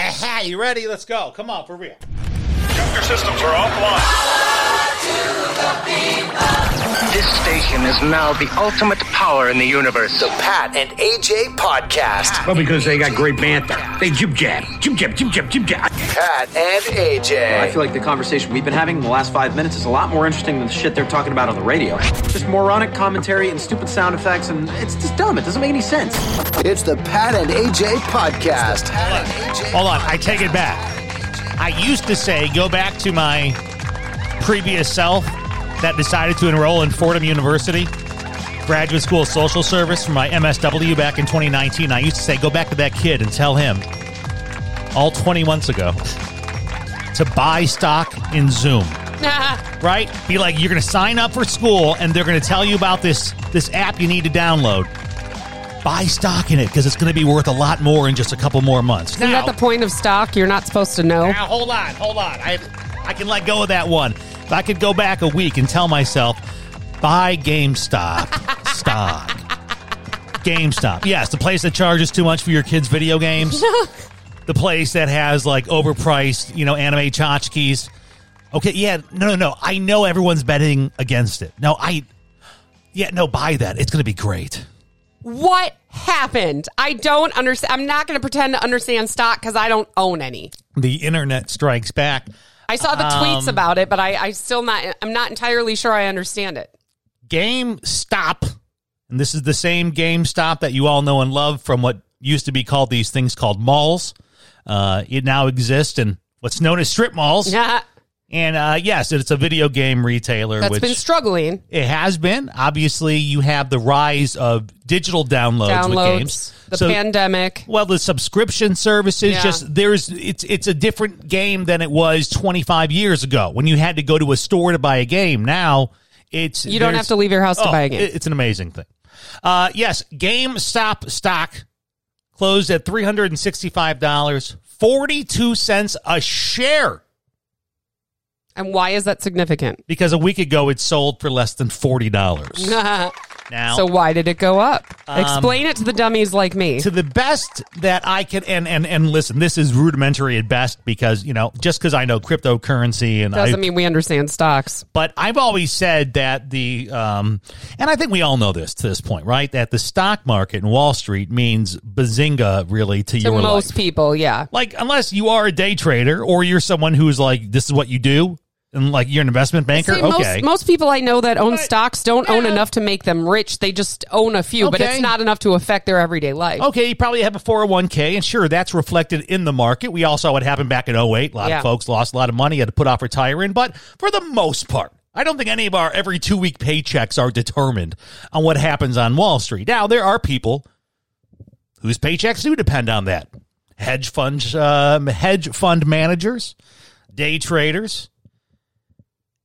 right, you ready? Let's go. Come on, for real. Computer systems are offline. This station is now the ultimate power in the universe. The Pat and AJ Podcast. Well, because they got great banter. They jib jab, jib jab, jib jab, jib jab. Pat and I AJ. feel like the conversation we've been having in the last five minutes is a lot more interesting than the shit they're talking about on the radio. Just moronic commentary and stupid sound effects, and it's just dumb. It doesn't make any sense. It's the Pat and AJ Podcast. Hold on, I take it back. I used to say go back to my previous self that decided to enroll in Fordham University Graduate School of Social Service for my MSW back in 2019. I used to say go back to that kid and tell him all 20 months ago to buy stock in Zoom. right? Be like you're going to sign up for school and they're going to tell you about this this app you need to download. Buy stock in it because it's going to be worth a lot more in just a couple more months. Isn't Now- that the point of stock? You're not supposed to know. now, hold on, hold on. I I can let go of that one. If I could go back a week and tell myself, buy GameStop stock. GameStop. Yes, the place that charges too much for your kids' video games. the place that has like overpriced, you know, anime tchotchkes. Okay, yeah, no, no, no. I know everyone's betting against it. No, I, yeah, no, buy that. It's going to be great. What happened? I don't understand. I'm not going to pretend to understand stock because I don't own any. The internet strikes back. I saw the Um, tweets about it, but I, I still not. I'm not entirely sure I understand it. GameStop, and this is the same GameStop that you all know and love from what used to be called these things called malls. Uh, it now exists in what's known as strip malls. Yeah, And uh, yes, it's a video game retailer, that's which been struggling. it has been. Obviously, you have the rise of digital downloads, with Downloads games. the So- pandemic. well, the subscription services Yeah. just there's it's it's a different game than it was 25 years ago when you had to go to a store to buy a game. Now it's You don't there's- Oh, have to leave your house to buy a game. it- It's an amazing thing. Uh, yes, GameStop stock closed at three hundred and sixty-five dollars, forty-two cents a share. And why is that significant? Because a week ago it sold for less than forty dollars. Now, so why did it go up? Explain it to the dummies like me. Um, to the best that I can, and and and listen, this is rudimentary at best because you know just because I know cryptocurrency and I Doesn't mean we understand stocks. But I've always said that the, um, and I think we all know this to this point, right? That the stock market in Wall Street means bazinga, really, to, To your most life. people, yeah. Like, unless you are a day trader or you're someone who's like, this is what you do, and like you're an investment banker. See, okay. most, most people I know that own But- stocks don't own enough to make them rich. They just own a few, but Okay. it's not enough to affect their everyday life. okay, you probably have a 401k, and sure, that's reflected in the market. We all saw what happened back in 08. A lot Yeah. of folks lost a lot of money, had to put off retiring. But for the most part, I don't think any of our every two week paychecks are determined on what happens on Wall Street. Now, there are people whose paychecks do depend on that hedge funds, um, hedge fund managers, day traders.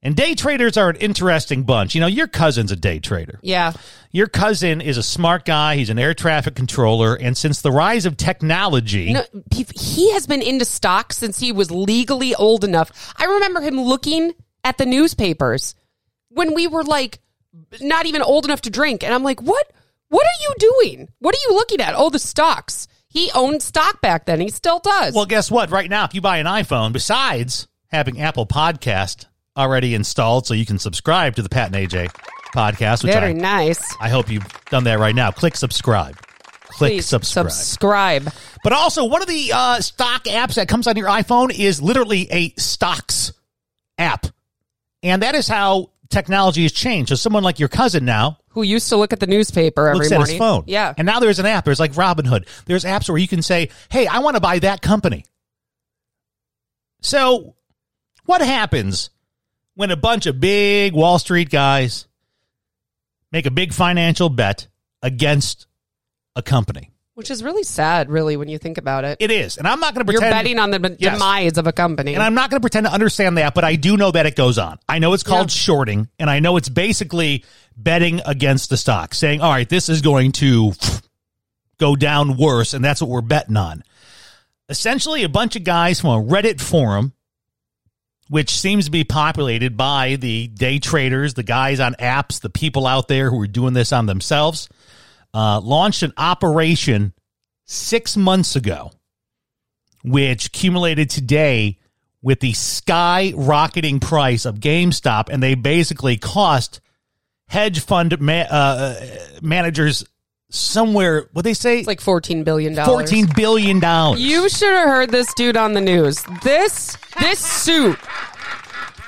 And day traders are an interesting bunch. You know, your cousin's a day trader. Yeah. Your cousin is a smart guy. He's an air traffic controller. And since the rise of technology, No, he- he has been into stocks since he was legally old enough. I remember him looking at the newspapers when we were like not even old enough to drink, and I'm like, "What? What are you doing? What are you looking at? Oh, the stocks." He owned stock back then. He still does. well, guess what? Right now, if you buy an iPhone, besides having Apple Podcast already installed so you can subscribe to the Pat and AJ podcast, which very I, nice. I hope you've done that right now. Click subscribe. Click Please subscribe. subscribe. but also, one of the uh, stock apps that comes on your iPhone is literally a stocks app. And that is how technology has changed. So, someone like your cousin now, Who used to look at the newspaper every looks morning? at his phone. Yeah, And now there's an app. There's like Robinhood. There's apps where you can say, "Hey, I want to buy that company." So, what happens when a bunch of big Wall Street guys make a big financial bet against a company? which is really sad, really, when you think about it. It is, and I'm not going to You're pretend betting on the b- Yes. demise of a company. And I'm not going to pretend to understand that, but I do know that it goes on. I know it's called Yeah. shorting, and I know it's basically betting against the stock, saying, all right, this is going to go down worse, and that's what we're betting on. Essentially, a bunch of guys from a Reddit forum, which seems to be populated by the day traders, the guys on apps, the people out there who are doing this on themselves, uh, launched an operation six months ago which accumulated today with the skyrocketing price of GameStop, and they basically cost hedge fund ma- uh, managers somewhere what they say It's like $14 billion. fourteen billion dollars. You should have heard this dude on the news. This this suit,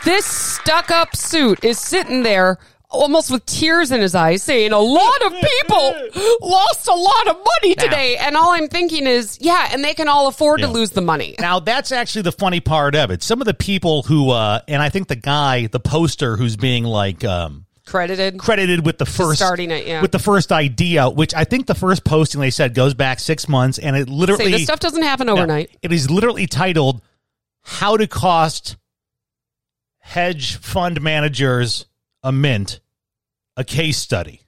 this stuck-up suit, is sitting there almost with tears in his eyes, saying a lot of people lost a lot of money today. And all I'm thinking is, yeah, and they can all afford Yeah. to lose the money. Now that's actually the funny part of it. Some of the people who, uh, and I think the guy, the poster who's being like um, Credited. credited with the first starting it, yeah. with the first idea, which I think the first posting they said goes back six months, and it literally Say this stuff doesn't happen overnight. It is literally titled "How to Cost Hedge Fund Managers a Mint: A Case Study,"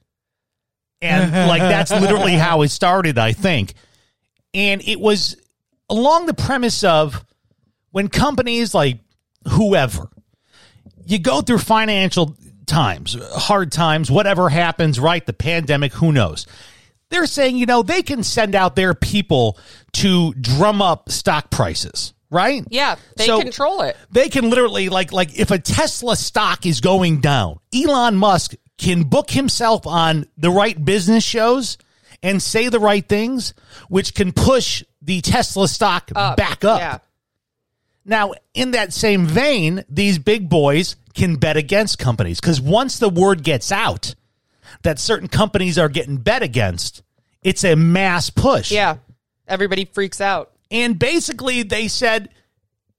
and like that's literally how it started, I think. And it was along the premise of when companies like whoever you go through financial times, hard times, whatever happens, right? The pandemic, who knows? They're saying, you know, they can send out their people to drum up stock prices, right? Yeah, they So- control it. They can literally like like if a Tesla stock is going down, Elon Musk can book himself on the right business shows and say the right things, which can push the Tesla stock back up. Yeah. Now, in that same vein, these big boys can bet against companies because once the word gets out that certain companies are getting bet against, it's a mass push. Yeah. Everybody freaks out. And basically, they said,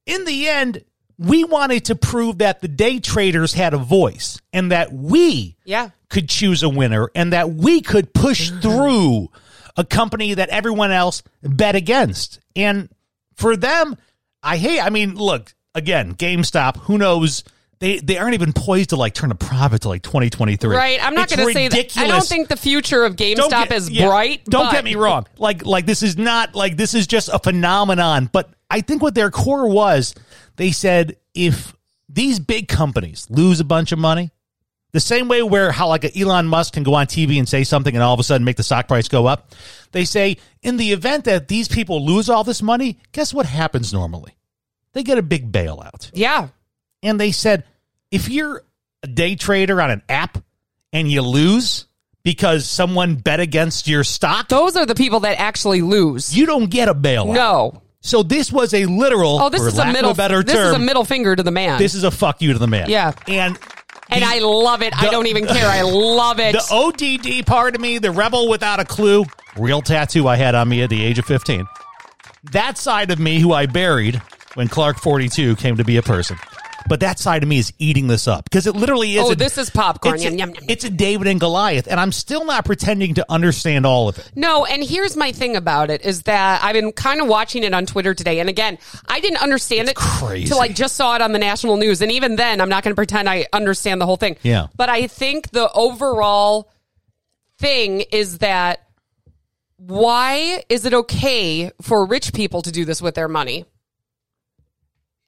in the end, we wanted to prove that the day traders had a voice and that we Yeah. could choose a winner and that we could push through a company that everyone else bet against. And for them, I hate, I mean, look, again, GameStop, who knows? They, they aren't even poised to like turn a profit to like 2023. Right. I'm not It's going to say that. I don't ridiculous. think the future of GameStop get- is yeah, bright. Don't but- get me wrong. Like like this is not like this is just a phenomenon. But I think what their core was, they said if these big companies lose a bunch of money, the same way where how like a Elon Musk can go on TV and say something and all of a sudden make the stock price go up, they say in the event that these people lose all this money, guess what happens normally? They get a big bailout Yeah. and they said if you're a day trader on an app and you lose because someone bet against your stock, Those are the people that actually lose. you don't get a bailout. No. So this was a literal. Oh, this for is lack a of middle. better this term. is a middle finger to the man. This is a fuck you to the man. Yeah. and and the- I love it. I the- don't even care. I love it. the ODD part of me, the rebel without a clue, real tattoo I had on me at the age of fifteen. That side of me, who I buried when Clark Forty Two came to be a person, but that side of me is eating this up because it literally is. Oh, a- this is popcorn. It's, Yum, a, yum, yum. it's a David and Goliath, and I'm still not pretending to understand all of it. no, and here's my thing about it is that I've been kind of watching it on Twitter today, and again, I didn't understand it crazy. till I just saw it on the national news, and even then, I'm not going to pretend I understand the whole thing. Yeah. but I think the overall thing is that why is it okay for rich people to do this with their money?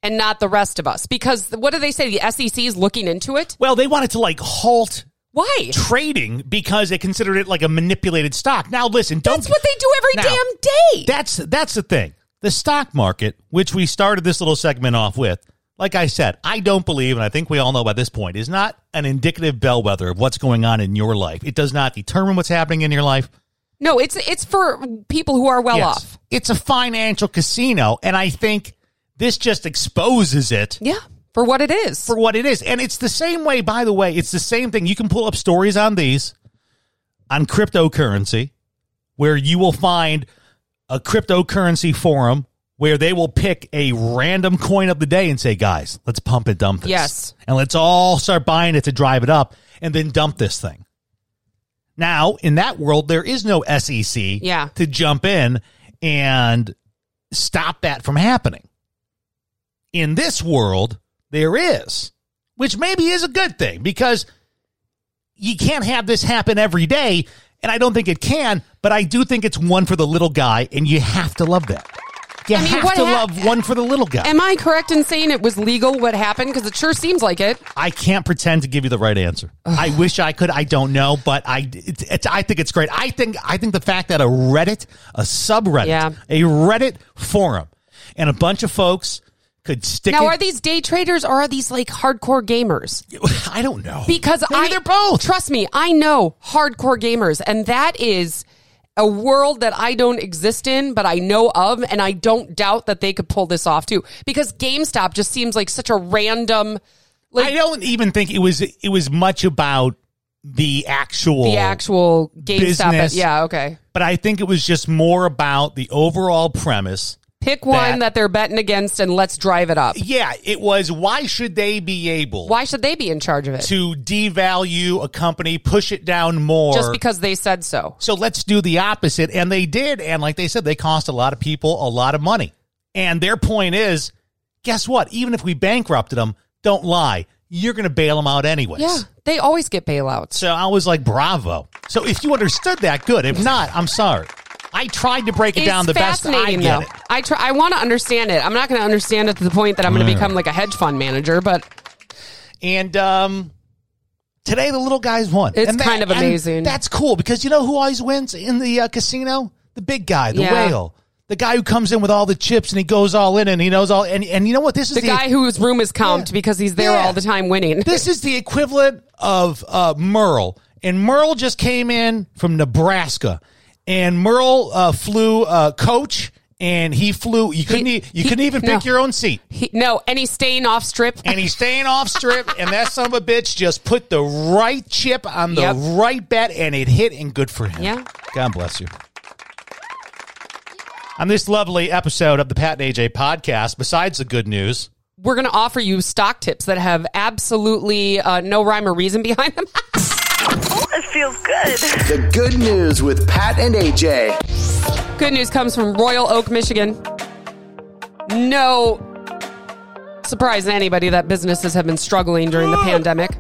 And not the rest of us, because what do they say? The SEC is looking into it. Well, they wanted to like halt Why? trading because they considered it like a manipulated stock. Now, listen, don't. That's what they do every Now, damn day. That's that's the thing. The stock market, which we started this little segment off with, like I said, I don't believe, and I think we all know by this point, is not an indicative bellwether of what's going on in your life. It does not determine what's happening in your life. No, it's it's for people who are well Yes. off. It's a financial casino, and I think this just exposes it. Yeah, for what it is. for what it is. And it's the same way, by the way, it's the same thing. You can pull up stories on these on cryptocurrency where you will find a cryptocurrency forum where they will pick a random coin of the day and say, guys, let's pump and dump this. Yes. And let's all start buying it to drive it up and then dump this thing. Now, in that world, there is no SEC Yeah. to jump in and stop that from happening. In this world, there is, which maybe is a good thing because you can't have this happen every day. And I don't think it can, but I do think it's one for the little guy, and you have to love that. You I mean, have what to hap- love one for the little guy. Am I correct in saying it was legal what happened? Because it sure seems like it. I can't pretend to give you the right answer. I wish I could. I don't know, but I it's, it's, I think it's great. I think I think the fact that a Reddit, a subreddit, Yeah. a Reddit forum and a bunch of folks could stick. Now, it- are these day traders or are these like hardcore gamers? I don't know Because Maybe I they're both. Trust me, I know hardcore gamers, and that is a world that I don't exist in, but I know of, and I don't doubt that they could pull this off too. Because GameStop just seems like such a random, like I don't even think it was it was much about the actual the actual GameStop. business. Yeah, okay. but I think it was just more about the overall premise. Pick one That- that, they're betting against, and let's drive it up. Yeah, it was why should they be able Why should they be in charge of it? to devalue a company, push it down more? Just because they said so. So let's do the opposite. And they did. And like they said, they cost a lot of people a lot of money. And their point is guess what? Even if we bankrupted them, don't lie. You're going to bail them out anyways. Yeah, they always get bailouts. So I was like, bravo. So if you understood that, good. If not, I'm sorry. I tried to break it It's down the best I fascinating, get though. it. I try. I want to understand it. I'm not going to understand it to the point that I'm going to become like a hedge fund manager, but And um, today the little guys won. It's And kind of and amazing. That's cool because you know who always wins in the uh, casino? The big guy, the Yeah. whale, the guy who comes in with all the chips and he goes all in and he knows all. And, and you know what? This is the the, guy whose room is comped Yeah. because he's there Yeah. all the time winning. This is the equivalent of uh, Merle, and Merle just came in from Nebraska, and Merle uh, flew uh, coach. And he flew. You couldn't. He- e- you he- couldn't even no. pick your own seat. He, no, and he's staying off strip. and he's staying off strip, and that son of a bitch just put the right chip on the Yep. right bet, and it hit, and good for him. Yeah. God bless you. On this lovely episode of the Pat and AJ podcast, besides the good news, We're going to offer you stock tips that have absolutely uh, no rhyme or reason behind them. It feels good. The good news with Pat and AJ. Good news comes from Royal Oak, Michigan. No surprise to anybody that businesses have been struggling during the pandemic.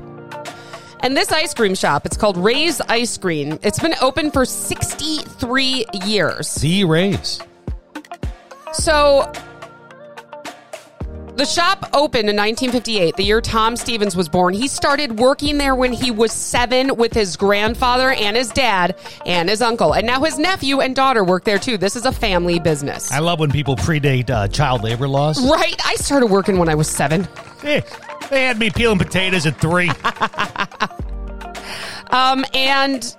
And this ice cream shop, it's called Ray's Ice Cream. It's been open for 63 years. Z Rays. So the shop opened in 1958, the year Tom Stevens was born. He started working there when he was seven with his grandfather and his dad and his uncle. And now his nephew and daughter work there too. This is a family business. I love when people predate uh, child labor laws. Right? I started working when I was seven. Eh, They had me peeling potatoes at three. Um, and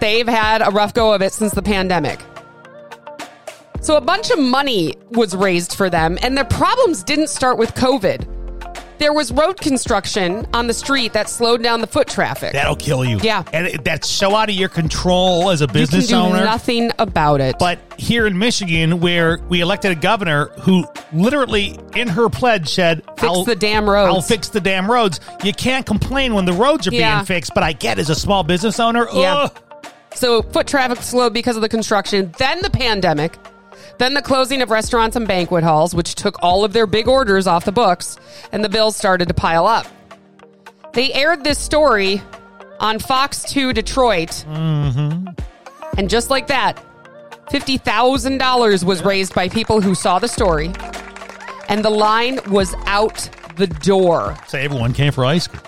they've had a rough go of it since the pandemic. So a bunch of money was raised for them, and their problems didn't start with COVID. There was road construction on the street that slowed down the foot traffic. That'll kill you. Yeah. and it, that's so out of your control as a you can business do owner. nothing about it. But here in Michigan, where we elected a governor who literally in her pledge said, Fix the damn roads." I'll fix the damn roads. You can't complain when the roads are Yeah. being fixed, but I get as a small business owner, Yeah. ugh. So foot traffic slowed because of the construction, then the pandemic, then the closing of restaurants and banquet halls, which took all of their big orders off the books, and the bills started to pile up. They aired this story on Fox 2 Detroit. Mm-hmm. And just like that, $50,000 was raised by people who saw the story, and the line was out the door. So everyone came for ice cream.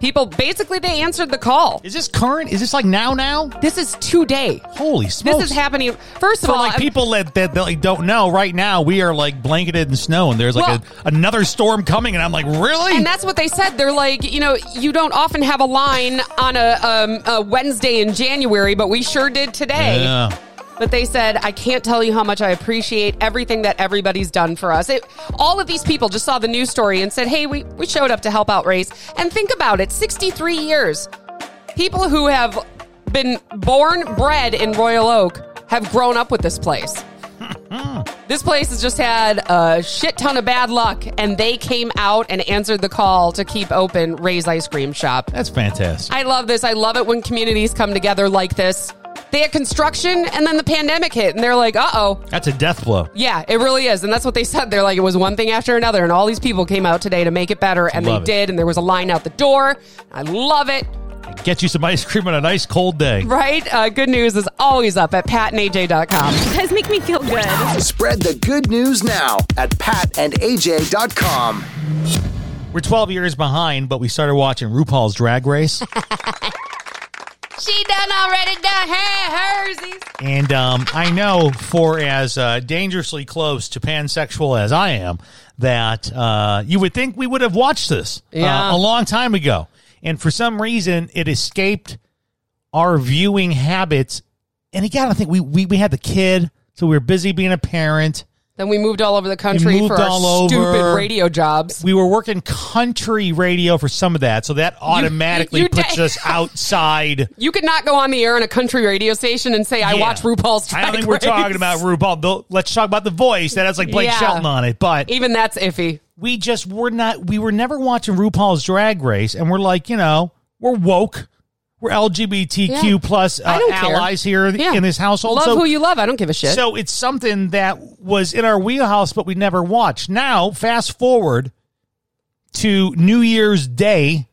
People basically they answered the call. Is this current? Is this like now now? This is today. Holy This smokes. is happening. First of For all, like I'm- people that, that, that, like don't know, right now we are like blanketed in snow and there's like Well- a, another storm coming and I'm like, really? And that's what they said. They're like, you know, you don't often have a line on a, um, a Wednesday in January, but we sure did today. yeah. But they said, I can't tell you how much I appreciate everything that everybody's done for us. It, all of these people just saw the news story and said, hey, we, we showed up to help out race. And think about it 63 years. People who have been born, bred in Royal Oak have grown up with this place. This place has just had a shit ton of bad luck, and they came out and answered the call to keep open Ray's Ice Cream Shop. That's fantastic. I love this. I love it when communities come together like this. They had construction, and then the pandemic hit, and they're like, uh oh. that's a death blow. Yeah, it really is. And that's what they said. They're like, it was one thing after another, and all these people came out today to make it better, and Love it. they did, and there was a line out the door. I love it. Get you some ice cream on a nice cold day. Right? Uh, good news is always up at patandaj.com. You guys make me feel good. Spread the good news now at patandaj.com. We're 12 years behind, but we started watching RuPaul's Drag Race. She done already done her hersies. And um, I know, for as uh, dangerously close to pansexual as I am, that uh, you would think we would have watched this uh, Yeah. a long time ago. And for some reason, it escaped our viewing habits. And again, I think we, we, we had the kid, so we were busy being a parent. Then we moved all over the country moved for our all over. stupid radio jobs. We were working country radio for some of that, so that automatically you puts did. us outside. You could not go on the air in a country radio station and say, I Yeah. watch RuPaul's Drag I don't think we're Race." talking about RuPaul. Though, let's talk about the voice that has like Blake Yeah. Shelton on it. But Even that's iffy. we just were not. We were never watching RuPaul's Drag Race, and we're like, you know, we're woke. We're LGBTQ Yeah. plus uh, I don't care. allies here Yeah. in this household. Love so, who you love. I don't give a shit. So it's something that was in our wheelhouse, but we never watched. Now, fast forward to New Year's Day,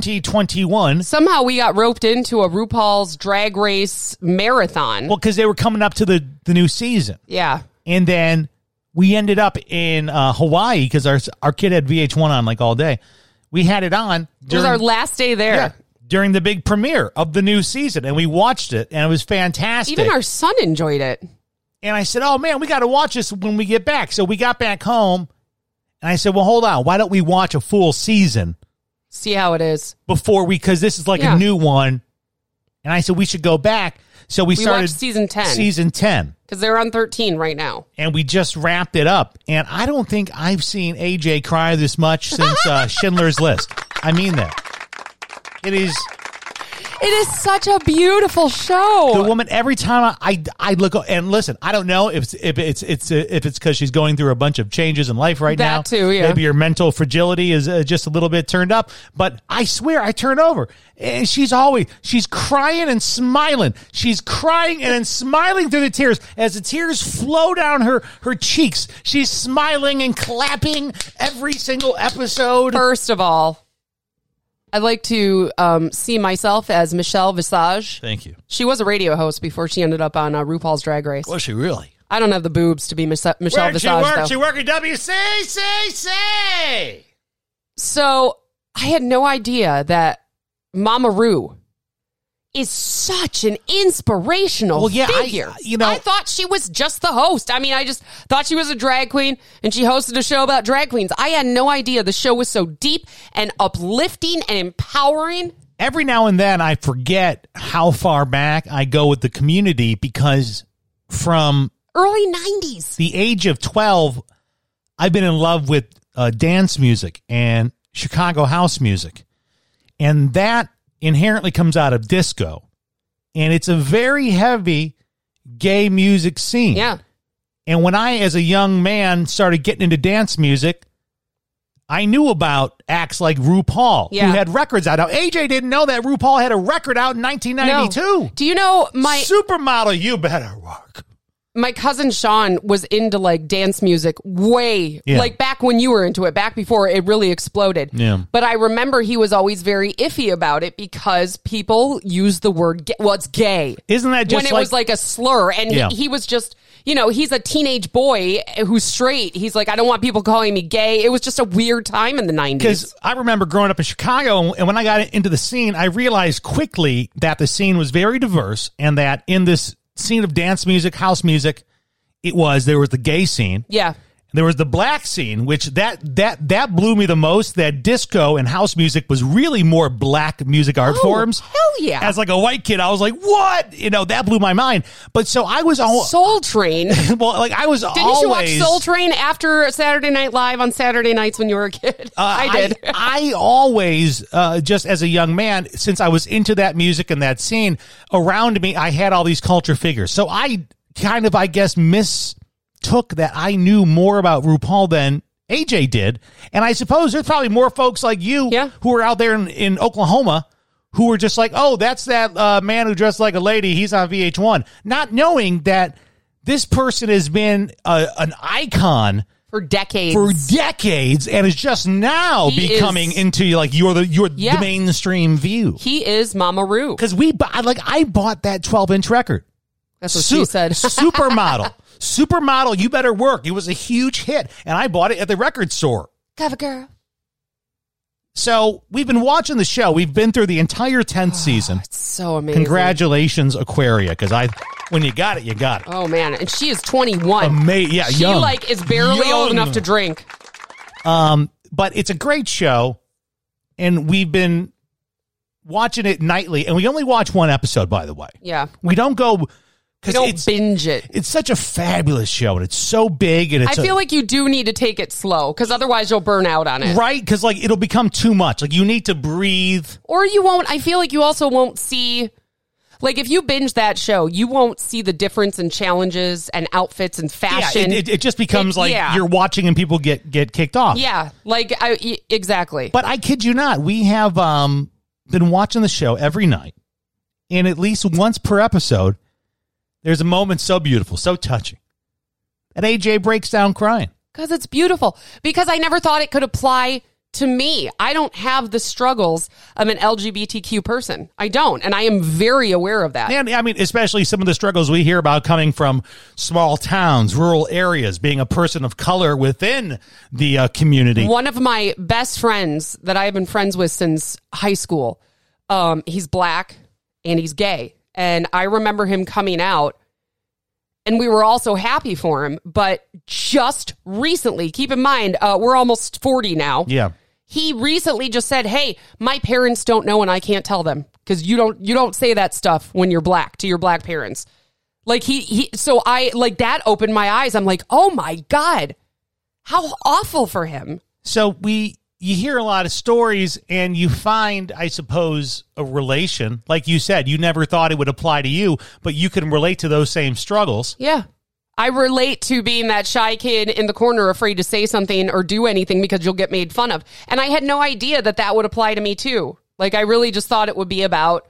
2021. Somehow we got roped into a RuPaul's Drag Race marathon. Well, because they were coming up to the the new season, yeah. and then we ended up in uh, Hawaii because our our kid had VH1 on like all day. We had it on. It was during- our last day there. Yeah, during the big premiere of the new season, and we watched it, and it was fantastic. Even our son enjoyed it. and I said, "Oh man, we got to watch this when we get back." So we got back home, and I said, "Well, hold on, why don't we watch a full season See how it is. before we? Because this is like Yeah. a new one." And I said, "We should go back." So we, We started watched season 10. Season ten, Because they're on 13 right now. and we just wrapped it up. And I don't think I've seen AJ cry this much since uh, Schindler's List. I mean that. It is It is such a beautiful show. the woman every time I, I I look and listen. I don't know if it's, if it's it's uh, if it's because she's going through a bunch of changes in life right That now. too, yeah. Maybe her mental fragility is uh, just a little bit turned up. But I swear, I turn over and she's always she's crying and smiling. She's crying and then smiling through the tears as the tears flow down her her cheeks. She's smiling and clapping every single episode. First of all, I'd like to um, see myself as Michelle Visage. Thank you. She was a radio host before she ended up on uh, RuPaul's Drag Race. Was she really? I don't have the boobs to be Mis- Michelle Where'd she Visage, work? though. She worked at WCCC. So I had no idea that Mama Ru is such an inspirational Well, yeah, I- figure. you know- I thought she was just the host. I mean, I just thought she was a drag queen and she hosted a show about drag queens. I had no idea the show was so deep and uplifting and empowering. every now and then I forget how far back I go with the community because from Early 90s. the age of 12, I've been in love with uh, dance music and Chicago house music. And that inherently comes out of disco. And it's a very heavy gay music scene. Yeah. And when I, as a young man, started getting into dance music, I knew about acts like RuPaul, Yeah. who had records out. Now, AJ didn't know that RuPaul had a record out in 1992. Do you know my Supermodel, you better work. my cousin Sean was into like dance music way Yeah. like back when you were into it, back before it really exploded. Yeah. But I remember he was always very iffy about it because people use the word gay. well, it's gay. Isn't that just when it like- was like a slur? And Yeah. he, he was just you know he's a teenage boy who's straight. He's like I don't want people calling me gay. It was just a weird time in the nineties. Because I remember growing up in Chicago, and when I got into the scene, I realized quickly that the scene was very diverse, and that in this scene of dance music, house music, it was there was the gay scene, Yeah. There was the black scene, which that that that blew me the most. That disco and house music was really more black music art Oh, forms. hell yeah. As like a white kid, I was like, "What?" You know, that blew my mind. But so I was all Soul Train. Didn't well, like I was you always watch Soul Train after Saturday Night Live on Saturday nights when you were a kid? I did. Uh, I, always, uh, just as a young man, since I was into that music and that scene around me, I had all these culture figures. So I kind of, I guess, mistook that I knew more about RuPaul than AJ did. And I suppose there's probably more folks like you Yeah. who are out there in, in Oklahoma who were just like, oh, that's that uh, man who dressed like a lady. He's on VH1. Not knowing that this person has been uh an icon for decades. for decades and is just now He becoming is- into like you're the you're Yeah. the mainstream view He is Mama Roo. because we bu- I- like I bought that 12 inch record. That's what Su- she said. supermodel, supermodel, you better work. It was a huge hit, and I bought it at the record store. Cover girl. So we've been watching the show. We've been through the entire 10th season. So amazing. Congratulations, Aquaria, because I, when you got it, you got it. Oh man, and she is 21. Ama- yeah, she young. like is barely Young. old enough to drink. Um, but it's a great show, and we've been watching it nightly. And we only watch one episode, by the way. Yeah. We don't go You because don't it's binge it. it's such a fabulous show, and it's so big, and I it's a- feel like you do need to take it slow cuz otherwise you'll burn out on it. right because like it'll become too much. Like you need to breathe. Or you won't I feel like you also won't see like if you binge that show, you won't see the difference in challenges and outfits and fashion. Yeah, it, it, it just becomes It- like yeah. you're watching and people get get kicked off. Yeah, like I e- exactly. But I kid you not, we have um, been watching the show every night, and at least once per episode, there's a moment so beautiful, so touching, that AJ breaks down crying. Because it's beautiful. Because I never thought it could apply to me. I don't have the struggles of an LGBTQ person. I don't. And I am very aware of that. And I mean, especially some of the struggles we hear about coming from small towns, rural areas, being a person of color within the uh, community. One of my best friends that I have been friends with since high school, um, he's black and he's gay. And I remember him coming out and we were all so happy for him. But just recently, keep in mind, uh, we're almost 40 now. Yeah. he recently just said, "Hey, my parents don't know and I can't tell them because you don't you don't say that stuff when you're black to your black parents." Like he he so I like that opened my eyes. I'm like, "Oh my god. How awful for him." So we you hear a lot of stories and you find I suppose a relation. Like you said, you never thought it would apply to you, but you can relate to those same struggles. Yeah. I relate to being that shy kid in the corner afraid to say something or do anything because you'll get made fun of. And I had no idea that that would apply to me too. Like I really just thought it would be about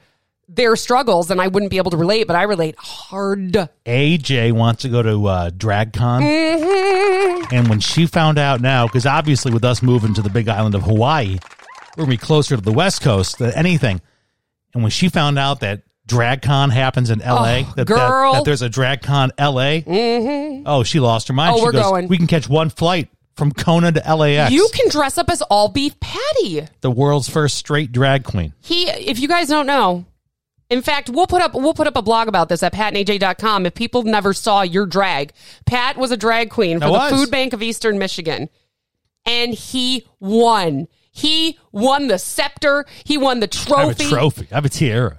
their struggles and I wouldn't be able to relate, but I relate hard. AJ wants to go to uh, DragCon. Mm-hmm. And when she found out now, because obviously with us moving to the big island of Hawaii, we're going to be closer to the West Coast than anything. And when she found out that DragCon happens in LA, Oh, that, that- girl. That, there's a DragCon LA, oh, she lost her mind. Oh, She we're goes, going. We can catch one flight from Kona to LAX. You can dress up as all beef patty. the world's first straight drag queen. He if you guys don't know, in fact, we'll put up we'll put up a blog about this at patandaj.com if people never saw your drag. Pat was a drag queen for I the was. Food Bank of Eastern Michigan. And he won. He won the scepter. He won the I have a trophy. trophy. I have a tiara.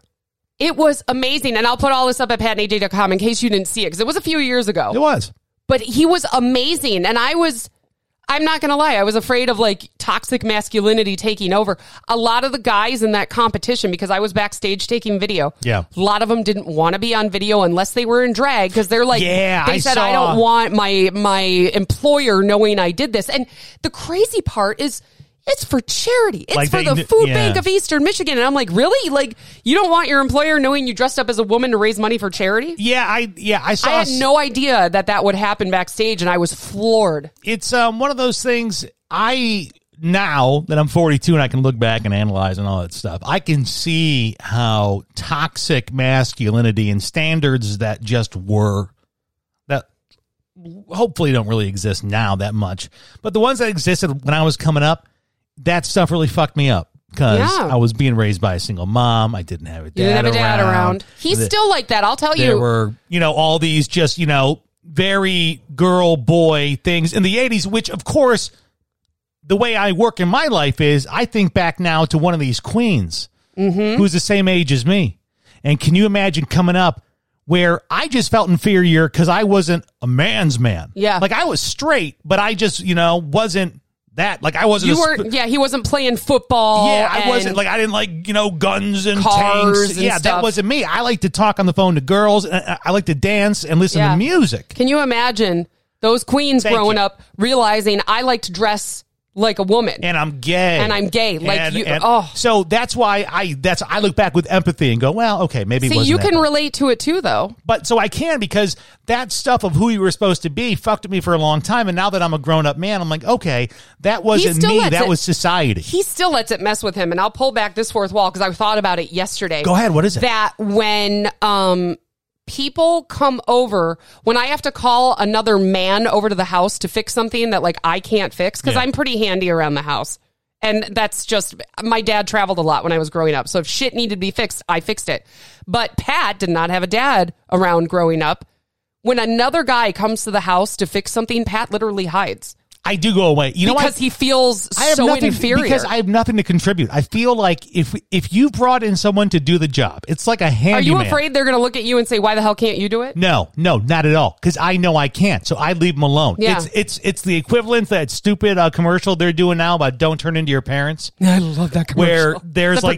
It was amazing. And I'll put all this up at patandaj.com in case you didn't see it because it was a few years ago It was. but he was amazing and i was i'm not gonna lie i was afraid of like toxic masculinity taking over a lot of the guys in that competition because i was backstage taking video Yeah. a lot of them didn't want to be on video unless they were in drag because they're like Yeah, they I said i saw- don't want my my employer knowing i did this and the crazy part is it's for charity. It's Like for they the kn- food yeah. bank of Eastern Michigan. And I'm like, really? Like, you don't want your employer knowing you dressed up as a woman to raise money for charity? Yeah, I yeah I saw. I had s- no idea that that would happen backstage, and I was floored. it's um one of those things I now that I'm 42 and I can look back and analyze and all that stuff, I can see how toxic masculinity and standards that just were that hopefully don't really exist now that much. But the ones that existed when I was coming up, that stuff really fucked me up because Yeah. I was being raised by a single mom. I didn't have a dad, You didn't have a dad around. He's The- still like that. I'll tell there you. were you know all these just you know very girl boy things in the 80s which of course the way i work in my life is i think back now to one of these queens Mm-hmm. who's the same age as me and can you imagine coming up where i just felt inferior because i wasn't a man's man Yeah. like i was straight but i just you know wasn't that like i wasn't you a sp- weren't. Yeah, he wasn't playing football. yeah, I and- wasn't like I didn't like you know guns and Cars tanks. and yeah, that stuff. wasn't me. I like to talk on the phone to girls. And I I like to dance and listen Yeah. to music. Can you imagine those queens Thank growing you. up realizing I like to dress like a woman? And I'm gay. And I'm gay. Like And- you- and- oh. So that's why I that's I look back with empathy and go, well, okay, maybe. it See, wasn't you that can bad. relate to it too, though. but so I can because that stuff of who you were supposed to be fucked me for a long time. And now that I'm a grown up man, I'm like, okay, that wasn't still me. lets That it- was society. He still lets it mess with him, and I'll pull back this fourth wall because I thought about it yesterday. Go ahead. What is it? That when um people come over when I have to call another man over to the house to fix something that like I can't fix because Yeah. I'm pretty handy around the house. And that's just my dad traveled a lot when I was growing up. So if shit needed to be fixed, I fixed it. But Pat did not have a dad around growing up. When another guy comes to the house to fix something, Pat literally hides I do go away. You know because what? he feels I have so nothing inferior. because I have nothing to contribute. I feel like if if you brought in someone to do the job, it's like a Are you handyman. afraid they're going to look at you and say, "Why the hell can't you do it?" No, no, not at all. Because I know I can't, so I leave them alone. Yeah. It's it's it's the equivalent to that stupid uh, commercial they're doing now about don't turn into your parents. I love that Where there's The like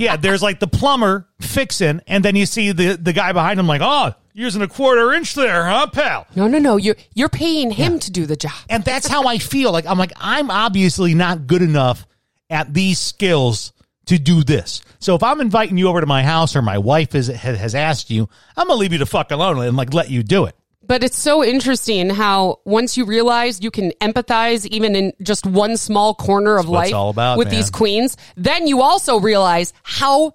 yeah, there's like the plumber fixing, and then you see the the guy behind him like, oh, using a quarter inch there, huh, pal? No, no, no. You're you're paying him to do the job. And that's how I feel. Like I'm like I'm obviously not good enough at these skills to do this. So if I'm inviting you over to my house or my wife is, has has asked you, I'm gonna leave you the fuck alone and like let you do it. But it's so interesting how once you realize you can empathize even in just one small corner of That's what it's life all about, with man. these queens, then you also realize how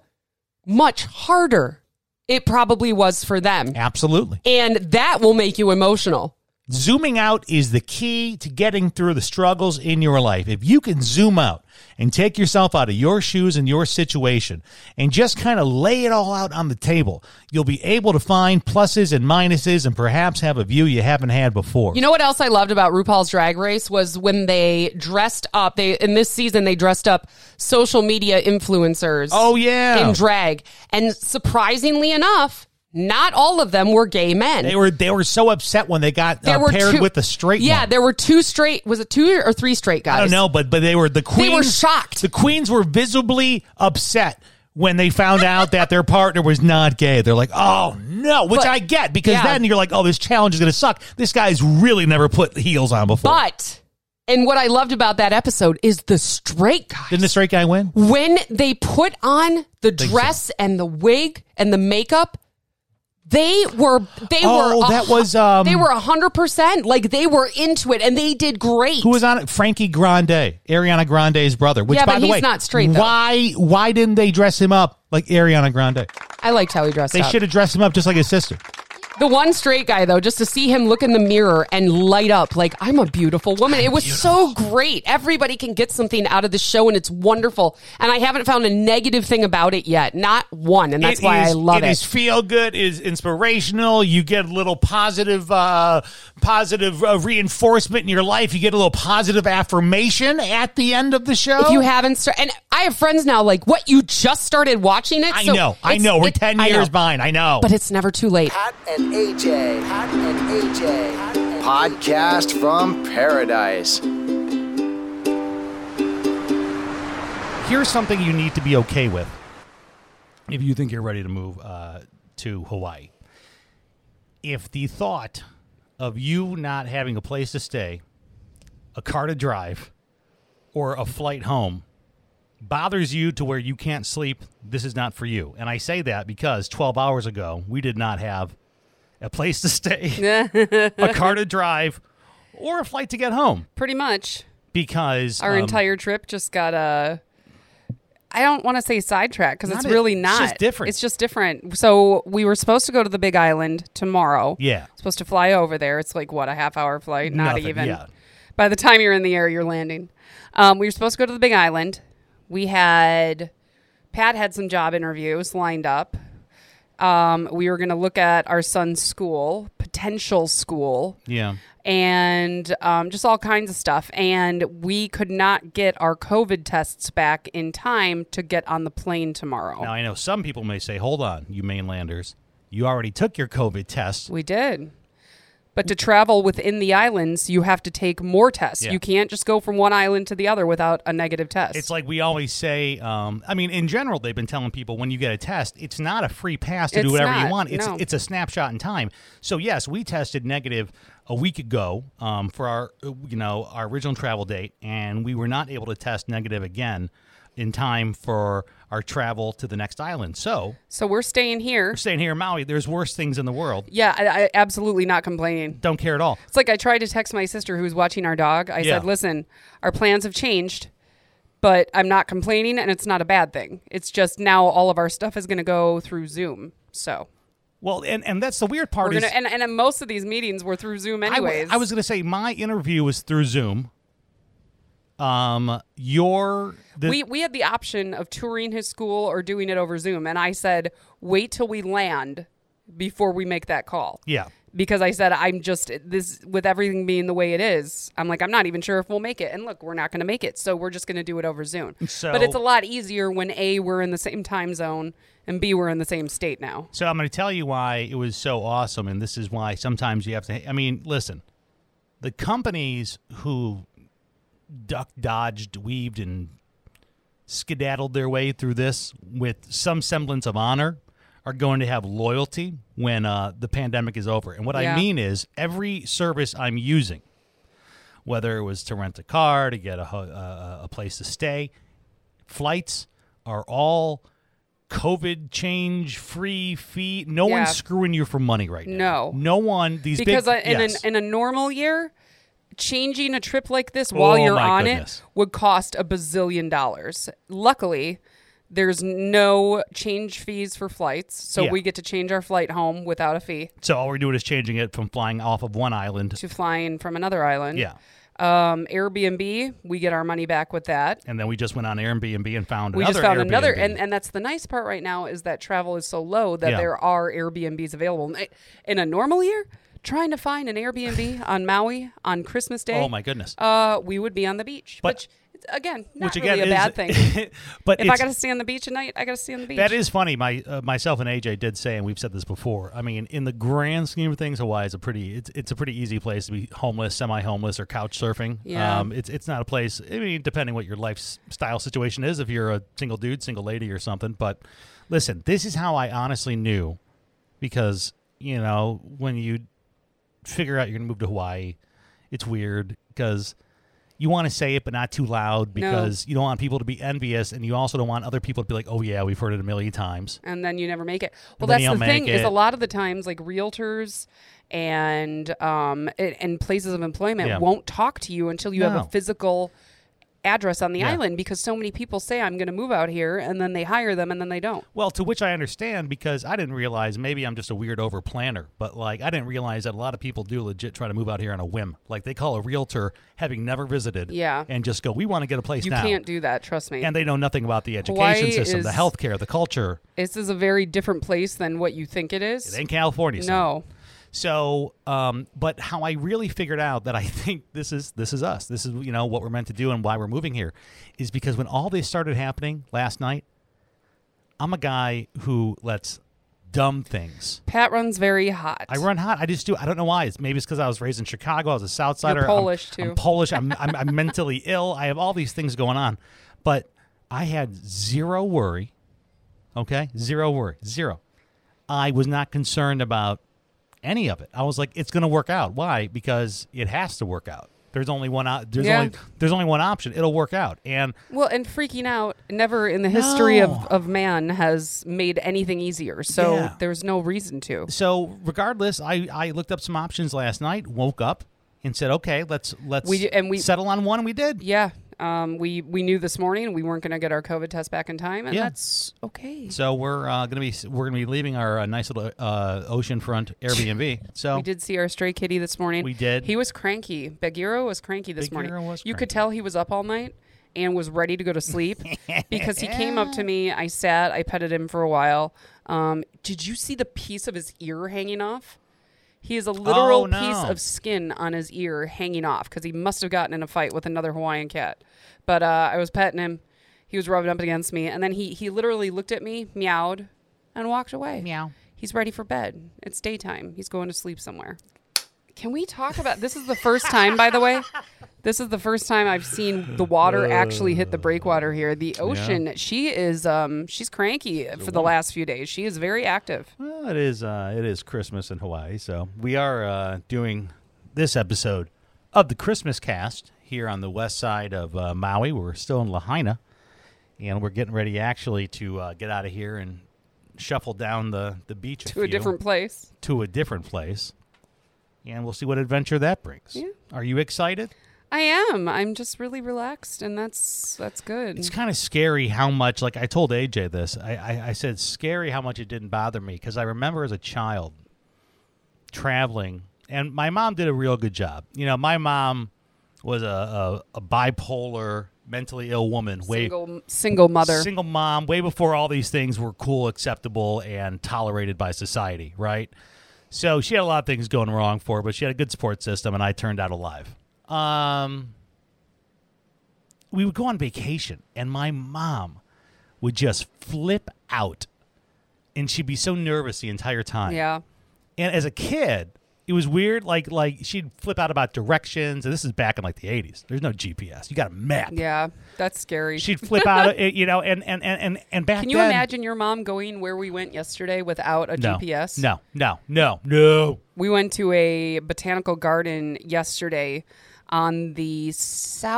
much harder it probably was for them. Absolutely. And that will make you emotional. Zooming out is the key to getting through the struggles in your life. If you can zoom out and take yourself out of your shoes and your situation and just kind of lay it all out on the table, you'll be able to find pluses and minuses and perhaps have a view you haven't had before. You know what else I loved about RuPaul's Drag Race was when they dressed up. They in this season they dressed up social media influencers. Oh, yeah. in drag, and surprisingly enough, not all of them were gay men. they were they were so upset when they got uh, paired with the straight Yeah, one. there were two straight. Was it two or three straight guys? I don't know, but but they were the queens. were shocked. The queens were visibly upset when they found out that their partner was not gay. They're like, "Oh no," which But- I get because yeah. then you're like, "Oh, this challenge is going to suck." This guy's really never put heels on before. But and what I loved about that episode is the straight guys. didn't the straight guy win? when they put on the dress and the wig and the makeup, they were they Oh, were a that hu- was, um, they were hundred percent like they were into it and they did great. Who was on it? Frankie Grande, Ariana Grande's brother. Which, Yeah, by but the he's way, not straight, though. Why? Why didn't they dress him up like Ariana Grande? I liked how he dressed They up. should have dressed him up just like his sister. The one straight guy though, just to see him look in the mirror and light up like I'm a beautiful woman. it was so great. Everybody can get something out of the show and it's wonderful. And I haven't found a negative thing about it yet, not one. And that's It why I is- love it. It is feel good. It is inspirational. You get a little positive, uh, positive uh, reinforcement in your life. You get a little positive affirmation at the end of the show. if you haven't started, and I have friends now, like what you just started watching it. I so know, I it's- know. We're it- ten I know. years behind. I know. but it's never too late. Pat and AJ. Pat and AJ. Podcast from paradise. here's something you need to be okay with if you think you're ready to move uh, to Hawaii. If the thought of you not having a place to stay, a car to drive, or a flight home bothers you to where you can't sleep, this is not for you. And I say that because 12 hours ago, we did not have a place to stay, a car to drive, or a flight to get home Pretty much. because Our um, entire trip just got uh I don't want to say sidetracked because Not it's it- really it's not. just different. It's just different. So we were supposed to go to the Big Island tomorrow. Yeah. Supposed to fly over there. It's like what a half hour flight. Not Nothing, even. yeah. By the time you're in the air, you're landing. Um, we were supposed to go to the Big Island. We had Pat had some job interviews lined up. Um, we were going to look at our son's school, potential school Yeah. and um, just all kinds of stuff. And we could not get our COVID tests back in time to get on the plane tomorrow. Now I know some people may say, "Hold on, you mainlanders, you already took your COVID test." We did. But to travel within the islands, you have to take more tests. Yeah. You can't just go from one island to the other without a negative test. It's like we always say. Um, I mean, in general, they've been telling people when you get a test, it's not a free pass to do It's whatever you not, want. It's no. it's a snapshot in time. So yes, we tested negative a week ago um, for our uh, you know our original travel date, and we were not able to test negative again in time for our travel to the next island. So so we're staying here. we're staying here in Maui. There's worse things in the world. Yeah, I, I absolutely not complaining. Don't care at all. It's like I tried to text my sister who was watching our dog. I Yeah. said, "Listen, our plans have changed, but I'm not complaining, and it's not a bad thing. It's just now all of our stuff is going to go through Zoom. So Well, and and that's the weird we're part is gonna and and uh, most of these meetings were through Zoom I w- anyways. I was going to say my interview was through Zoom. Um, your the, we we had the option of touring his school or doing it over Zoom, and I said, "Wait till we land before we make that call." yeah, Because I said I'm just this with everything being the way it is, I'm like I'm not even sure if we'll make it. And look, we're not going to make it, so we're just going to do it over Zoom. So- but it's a lot easier when a we're in the same time zone and b we're in the same state now. So I'm going to tell you why it was so awesome, and this is why sometimes you have to. I mean, listen, the companies who duck, dodged, weaved, and skedaddled their way through this with some semblance of honor are going to have loyalty when uh, the pandemic is over. And what I Yeah. mean is, every service I'm using, whether it was to rent a car, to get a ho- uh, a place to stay, flights are all COVID change free fee. No Yeah. one's screwing you for money right now. No. no one. These because big, uh, in, yes. an, in a normal year changing a trip like this Oh, while you're my on goodness. it would cost a bazillion dollars luckily there's no change fees for flights so Yeah. we get to change our flight home without a fee so all we're doing is changing it from flying off of one island. to flying from another island yeah, um, airbnb we get our money back with that and then we just went on Airbnb and found we another. just found Airbnb. another and, and that's the nice part right now is that travel is so low that Yeah. there are airbnbs available In- in a normal year trying to find an airbnb on maui on christmas day oh my goodness. uh, we would be on the beach. But- which it's, again, not Which again really a is bad thing. if but I it's- got to stay on the beach at night, I got to stay on the beach. That is funny. My uh, myself and AJ did say, and we've said this before. I mean, in the grand scheme of things, Hawaii is a pretty it's it's a pretty easy place to be homeless, semi-homeless, or couch surfing. Yeah. Um, it's it's not a place. I mean, depending what your lifestyle situation is, if you're a single dude, single lady, or something. But listen, this is how I honestly knew, because you know when you figure out you're gonna move to Hawaii, it's weird because. You want to say it, but not too loud because you don't want people to be envious, and you also don't want other people to be like, "Oh yeah, we've heard it a million times." and then you never make it. Well, then that's you the don't make thing is it. a lot of the times like realtors and um and, and places of employment Yeah. won't talk to you until you have No. a physical address on the Yeah. island because so many people say I'm going to move out here and then they hire them and then they don't. Well, to which I understand because I didn't realize maybe I'm just a weird over planner, but like I didn't realize that a lot of people do legit try to move out here on a whim. Like they call a realtor having never visited Yeah. and just go, We want to get a place You now. can't do that, trust me. and they know nothing about the education Hawaii system, the is- healthcare, the culture. this is a very different place than what you think it is. It ain't California. son. no. So, um, but how I really figured out that I think this is this is us. This is you know what we're meant to do and why we're moving here, is because when all this started happening last night, I'm a guy who lets dumb things Pat runs very hot. I run hot. I just do. I don't know why. It's maybe it's because I was raised in Chicago. I was a South Sider. I'm- Polish, I'm, too. Polish. I'm, I'm, I'm mentally ill. I have all these things going on, but I had zero worry. Okay, zero worry, zero. I was not concerned about any of it. I was like, it's going to work out. Why? Because it has to work out. There's only one. o- There's Yeah. only there's only one option. It'll work out. And Well, and freaking out never in the history No. of, of man has made anything easier. So Yeah. there's no reason to. so, regardless, I I looked up some options last night. Woke up and said, okay, let's let's We do- and we- settle on one. And we did. Yeah. Um, we, we knew this morning we weren't going to get our COVID test back in time, and Yeah. that's um, okay. So we're uh, gonna be we're gonna be leaving our uh, nice little uh, oceanfront Airbnb. So We did see our stray kitty this morning. We did. He was cranky. Bagheera was cranky this Bagheera morning. was you cranky. could tell he was up all night and was ready to go to sleep because he came up to me. I sat. I petted him for a while. Um, did you see the piece of his ear hanging off? He has a literal Oh, no. piece of skin on his ear hanging off because he must have gotten in a fight with another Hawaiian cat. But uh, I was petting him. He was rubbing up against me, and then he he literally looked at me, meowed, and walked away. Meow. He's ready for bed. It's daytime. He's going to sleep somewhere. Can we talk about this? Is the first time, by the way. This is the first time I've seen the water actually hit the breakwater here. The ocean. She is um she's cranky for the last few days. She is very active. well, it is uh, it is Christmas in Hawaii. So we are uh, doing this episode of the Christmas Cast here on the west side of uh, Maui. We're still in Lahaina, and we're getting ready actually to uh, get out of here and shuffle down the the beach To a few- different place. to a different place, and we'll see what adventure that brings. Yeah. Are you excited? I am. I'm just really relaxed, and that's that's good. It's kind of scary how much, like I told AJ this, I, I, I said scary how much it didn't bother me because I remember as a child traveling, and my mom did a real good job. You know, my mom was a, a, a bipolar, mentally ill woman. way, Single, single mother. Single mom, way before all these things were cool, acceptable, and tolerated by society, right? So she had a lot of things going wrong for her, but she had a good support system, and I turned out alive. Um, we would go on vacation, and my mom would just flip out, and she'd be so nervous the entire time. yeah. And as a kid, it was weird. Like like she'd flip out about directions, and this is back in like the eighties. There's no GPS. You got a map. Yeah. That's scary. She'd flip out, uh, you know, and and and and, and back. Can you then- imagine your mom going where we went yesterday without a No, GPS? No, no, no, no. We went to a botanical garden yesterday on the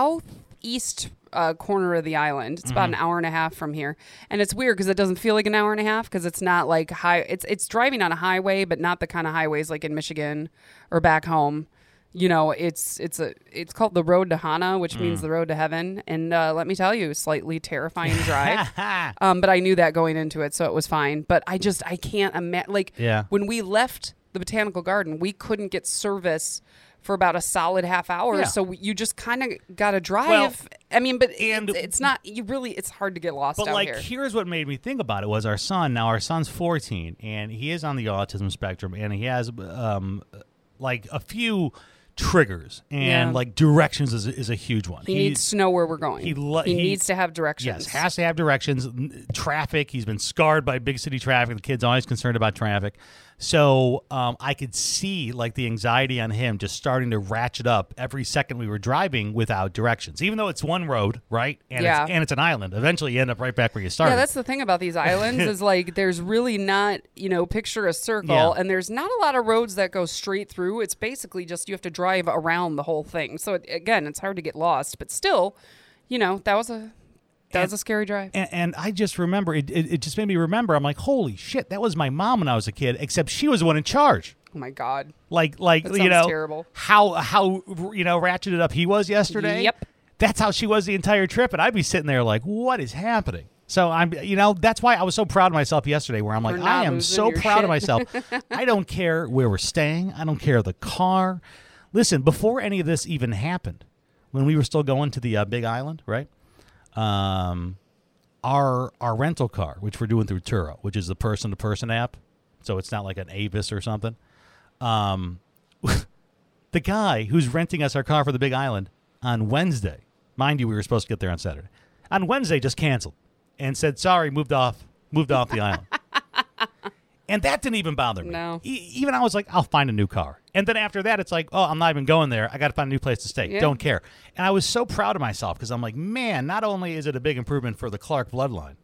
southeast uh, corner of the island. It's about an hour and a half from here, and it's weird because it doesn't feel like an hour and a half because it's not like high. It's it's driving on a highway, but not the kind of highways like in Michigan or back home. You know, it's it's a it's called the road to Hana, which means the road to heaven. And uh, let me tell you, slightly terrifying drive. Um, but I knew that going into it, so it was fine. But I just I can't imagine. Like Yeah. when we left the botanical garden, we couldn't get service for about a solid half hour. Yeah. So we, you just kind of got to drive. Well, I mean, but and- it's, it's not. You really, it's hard to get lost But out like, here. here's what made me think about it: was our son. Now our son's 14, and he is on the autism spectrum, and he has um, like a few triggers, and Yeah. like directions is, is a huge one. he needs to know where we're going. he lo- he- needs to have Yes, directions. has to have directions. N- Traffic. He's been scarred by big city traffic. The kid's always concerned about traffic. So um, I could see like the anxiety on him just starting to ratchet up every second we were driving without directions, even though it's one road, right? And it's, Yeah. and it's an island. Eventually, you end up right back where you started. yeah, that's the thing about these islands is like there's really not, you know, picture a circle Yeah. and there's not a lot of roads that go straight through. It's basically just you have to drive around the whole thing. So it, again, it's hard to get lost, but still, you know, that was a that was a scary drive. and, and I just remember it, it. It just made me remember. I'm like, holy shit, that was my mom when I was a kid. Except she was the one in charge. Oh my god. Like, like That you know, sounds terrible. how how you know ratcheted up he was yesterday. Yep. That's how she was the entire trip, and I'd be sitting there like, what is happening? So I'm, you know, that's why I was so proud of myself yesterday. Where I'm like, not I am losing so your proud of shit. myself. I don't care where we're staying. I don't care the car. Listen, before any of this even happened, when we were still going to the uh, Big Island, right? um, our our rental car, which we're doing through Turo, which is the person to person app, so it's not like an Avis or something. Um, the guy who's renting us our car for the Big Island on Wednesday, mind you, we were supposed to get there on Saturday. On Wednesday, just canceled and said sorry, moved off, moved off the island. And that didn't even bother me. No. E- even I was like, I'll find a new car. And then after that, it's like, oh, I'm not even going there. I got to find a new place to stay. Yeah. Don't care. And I was so proud of myself because I'm like, man, not only is it a big improvement for the Clark bloodline,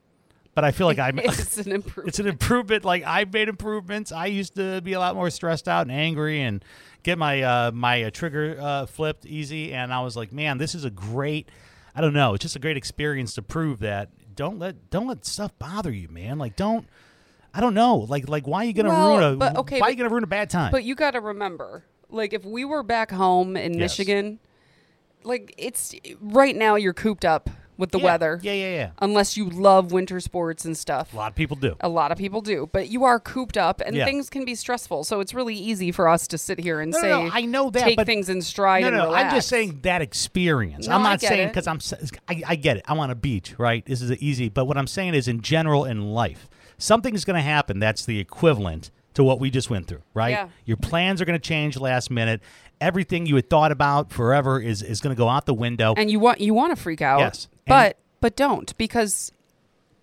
but I feel like I'm. It's an improvement. It's an improvement. Like I've made improvements. I used to be a lot more stressed out and angry, and get my uh, my uh, trigger uh, flipped easy. And I was like, man, this is a great. I don't know. It's just a great experience to prove that don't let don't let stuff bother you, man. Like don't. I don't know. Like like why are you gonna Well, ruin a but- okay, why are but- you gonna ruin a bad time? But you got to remember, like if we were back home in Yes. Michigan, like it's right now you're cooped up with the Yeah. weather. Yeah, yeah, yeah. Unless you love winter sports and stuff. a lot of people do. A lot of people do, but you are cooped up, and Yeah. things can be stressful. So it's really easy for us to sit here and No, say, no, no, I know that. Take but things in stride. No, and no, relax. I'm just saying that experience. No, I'm I not get saying it. because I'm. s- I, I get it. I'm on a beach, right? This is easy. But what I'm saying is, in general, in life, something's going to happen. That's the equivalent to what we just went through, right? Yeah. Your plans are going to change last minute. Everything you had thought about forever is is going to go out the window. And you want you want to freak out, Yes. And- but but don't because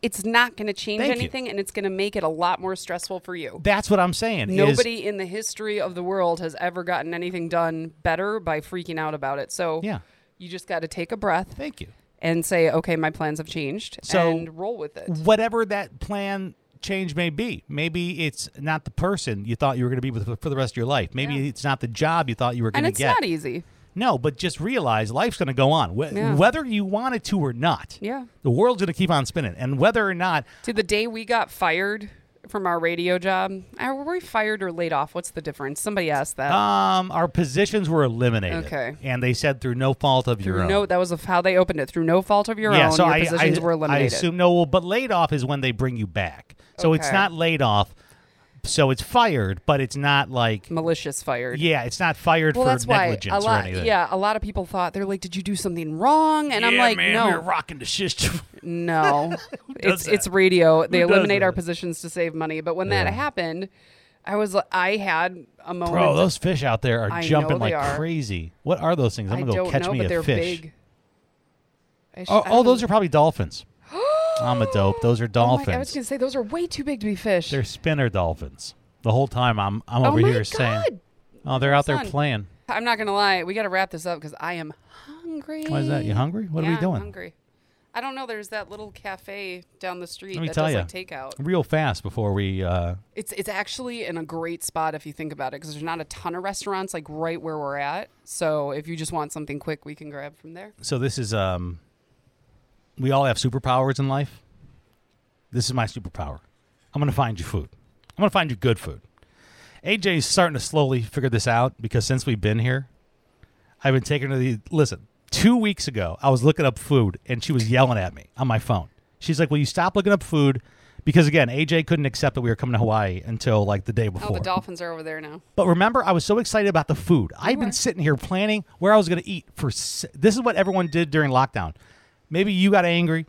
it's not going to change Thank you. anything, and it's going to make it a lot more stressful for you. That's what I'm saying. is- Nobody in the history of the world has ever gotten anything done better by freaking out about it. So Yeah. you just got to take a breath thank you. and say, okay, my plans have changed, So- and roll with it. whatever that plan change may be. Maybe it's not the person you thought you were going to be with for the rest of your life. Maybe it's not the job you thought you were going And to it's get. not easy. No, but just realize life's going to go on, wh- Yeah. whether you want it to or not. Yeah. the world's going to keep on spinning, and whether or not To the day we got fired from our radio job, uh, were we fired or laid off? What's the difference? Somebody asked that. um, our positions were eliminated, Okay. and they said through no fault of your own. no, that was of how they opened it. Through no fault of your yeah, own, so your I, positions I, were eliminated. I assume no, well, but laid off is when they bring you back, so it's Okay. not laid off. so it's fired, but it's not like malicious fired. Yeah, it's not fired Well, for that's why negligence a or lot. anything. Yeah, a lot of people thought they're like, "Did you do something wrong?" And I'm Yeah, like, man, "No, you're rocking the system." No, does it's that? it's radio. They does eliminate our that? positions to save money. But when Yeah. that happened, I was li- I had a moment. Bro, those fish out there are I know jumping they like are. crazy. What are those things? I'm I gonna go don't catch know, me but a they're fish. big. I sh- Oh, I oh, don't those know. are probably dolphins. I'm a dope. Those are Um, Oh my- dolphins. I was gonna say those are way too big to be fish. They're spinner dolphins. The whole time I'm I'm Oh over my here saying, God. "Oh, they're out there Son. playing." I'm not gonna lie. We got to wrap this up because I am hungry. Why is that? You hungry? What are we Yeah, I'm doing? hungry. I don't know. There's that little cafe down the street Let me that tell does you, like takeout. real fast before we. Uh, It's it's actually in a great spot if you think about it because there's not a ton of restaurants like right where we're at. So if you just want something quick, we can grab from there. so this is um, we all have superpowers in life. This is my superpower. I'm gonna find you food. I'm gonna find you good food. AJ's starting to slowly figure this out because since we've been here, I've been taking her to the listen. Two weeks ago, I was looking up food and she was yelling at me on my phone. She's like, "Will you stop looking up food?" Because again, AJ couldn't accept that we were coming to Hawaii until like the day Oh, before. the dolphins are over there now. But remember, I was so excited about the food. I've been sitting here planning where I was going to eat for. s- This is what everyone did during lockdown. Maybe you got angry.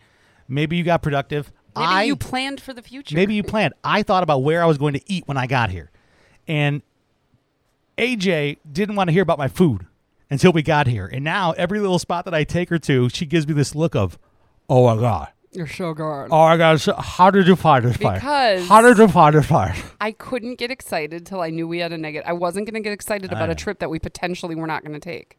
Maybe you got productive. Maybe I you planned for the future. maybe you planned. I thought about where I was going to eat when I got here, and AJ didn't want to hear about my food until we got here. And now every little spot that I take her to, she gives me this look of, "Oh my god, You're so oh good. my god, so how did you find this fire? Because- how did you find this fire?" I couldn't get excited till I knew we had a negative. I wasn't going to get excited about know. a trip that we potentially were not going to take,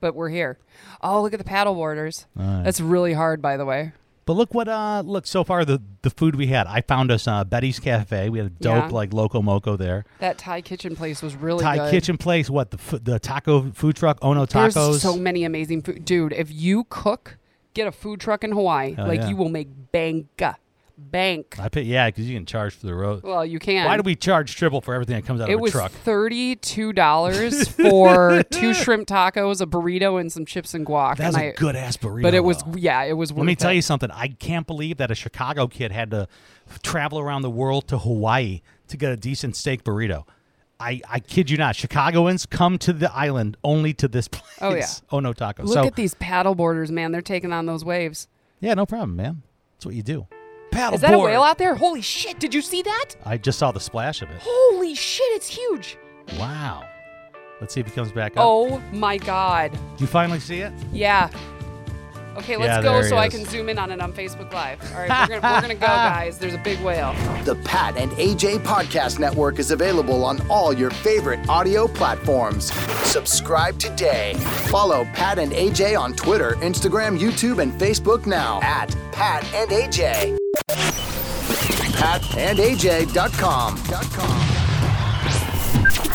but we're here. Oh, look at the paddle boarders. That's really hard, by the way. But look what uh look so far the the food we had. I found us uh, Betty's Cafe. We had a dope Yeah. like loco moco there. That Thai kitchen place was really Thai good. kitchen place. What the f- the taco food truck? Ono There's tacos. so many amazing food, dude. If you cook, get a food truck in Hawaii. Hell like yeah. you will make banka, bank. I pay, yeah, because you can charge for the road. Well, you can. Why do we charge triple for everything that comes out It of a was truck? thirty-two dollars for two shrimp tacos, a burrito, and some chips and guac. That's and a I- good ass burrito. But it was though. yeah, it was. Let me worth tell it. you something. I can't believe that a Chicago kid had to travel around the world to Hawaii to get a decent steak burrito. I, I kid you not. Chicagoans come to the island only to this place. Oh, yeah. Ono tacos. Look so, at these paddle boarders, man. They're taking on those waves. Yeah, no problem, man. That's what you do. Paddle Is that a whale out there? Holy shit! Did you see that? I just saw the splash of it. Holy shit! It's huge. Wow. Let's see if it comes back up. Oh my god. Did you finally see it? Yeah. Okay, let's Yeah, go there he so I is. can zoom in on it on Facebook Live. All right, we're gonna, we're gonna go, guys. There's a big whale. The Pat and AJ Podcast Network is available on all your favorite audio platforms. Subscribe today. Follow Pat and AJ on Twitter, Instagram, YouTube, and Facebook now at Pat and AJ. PatandAJ.com.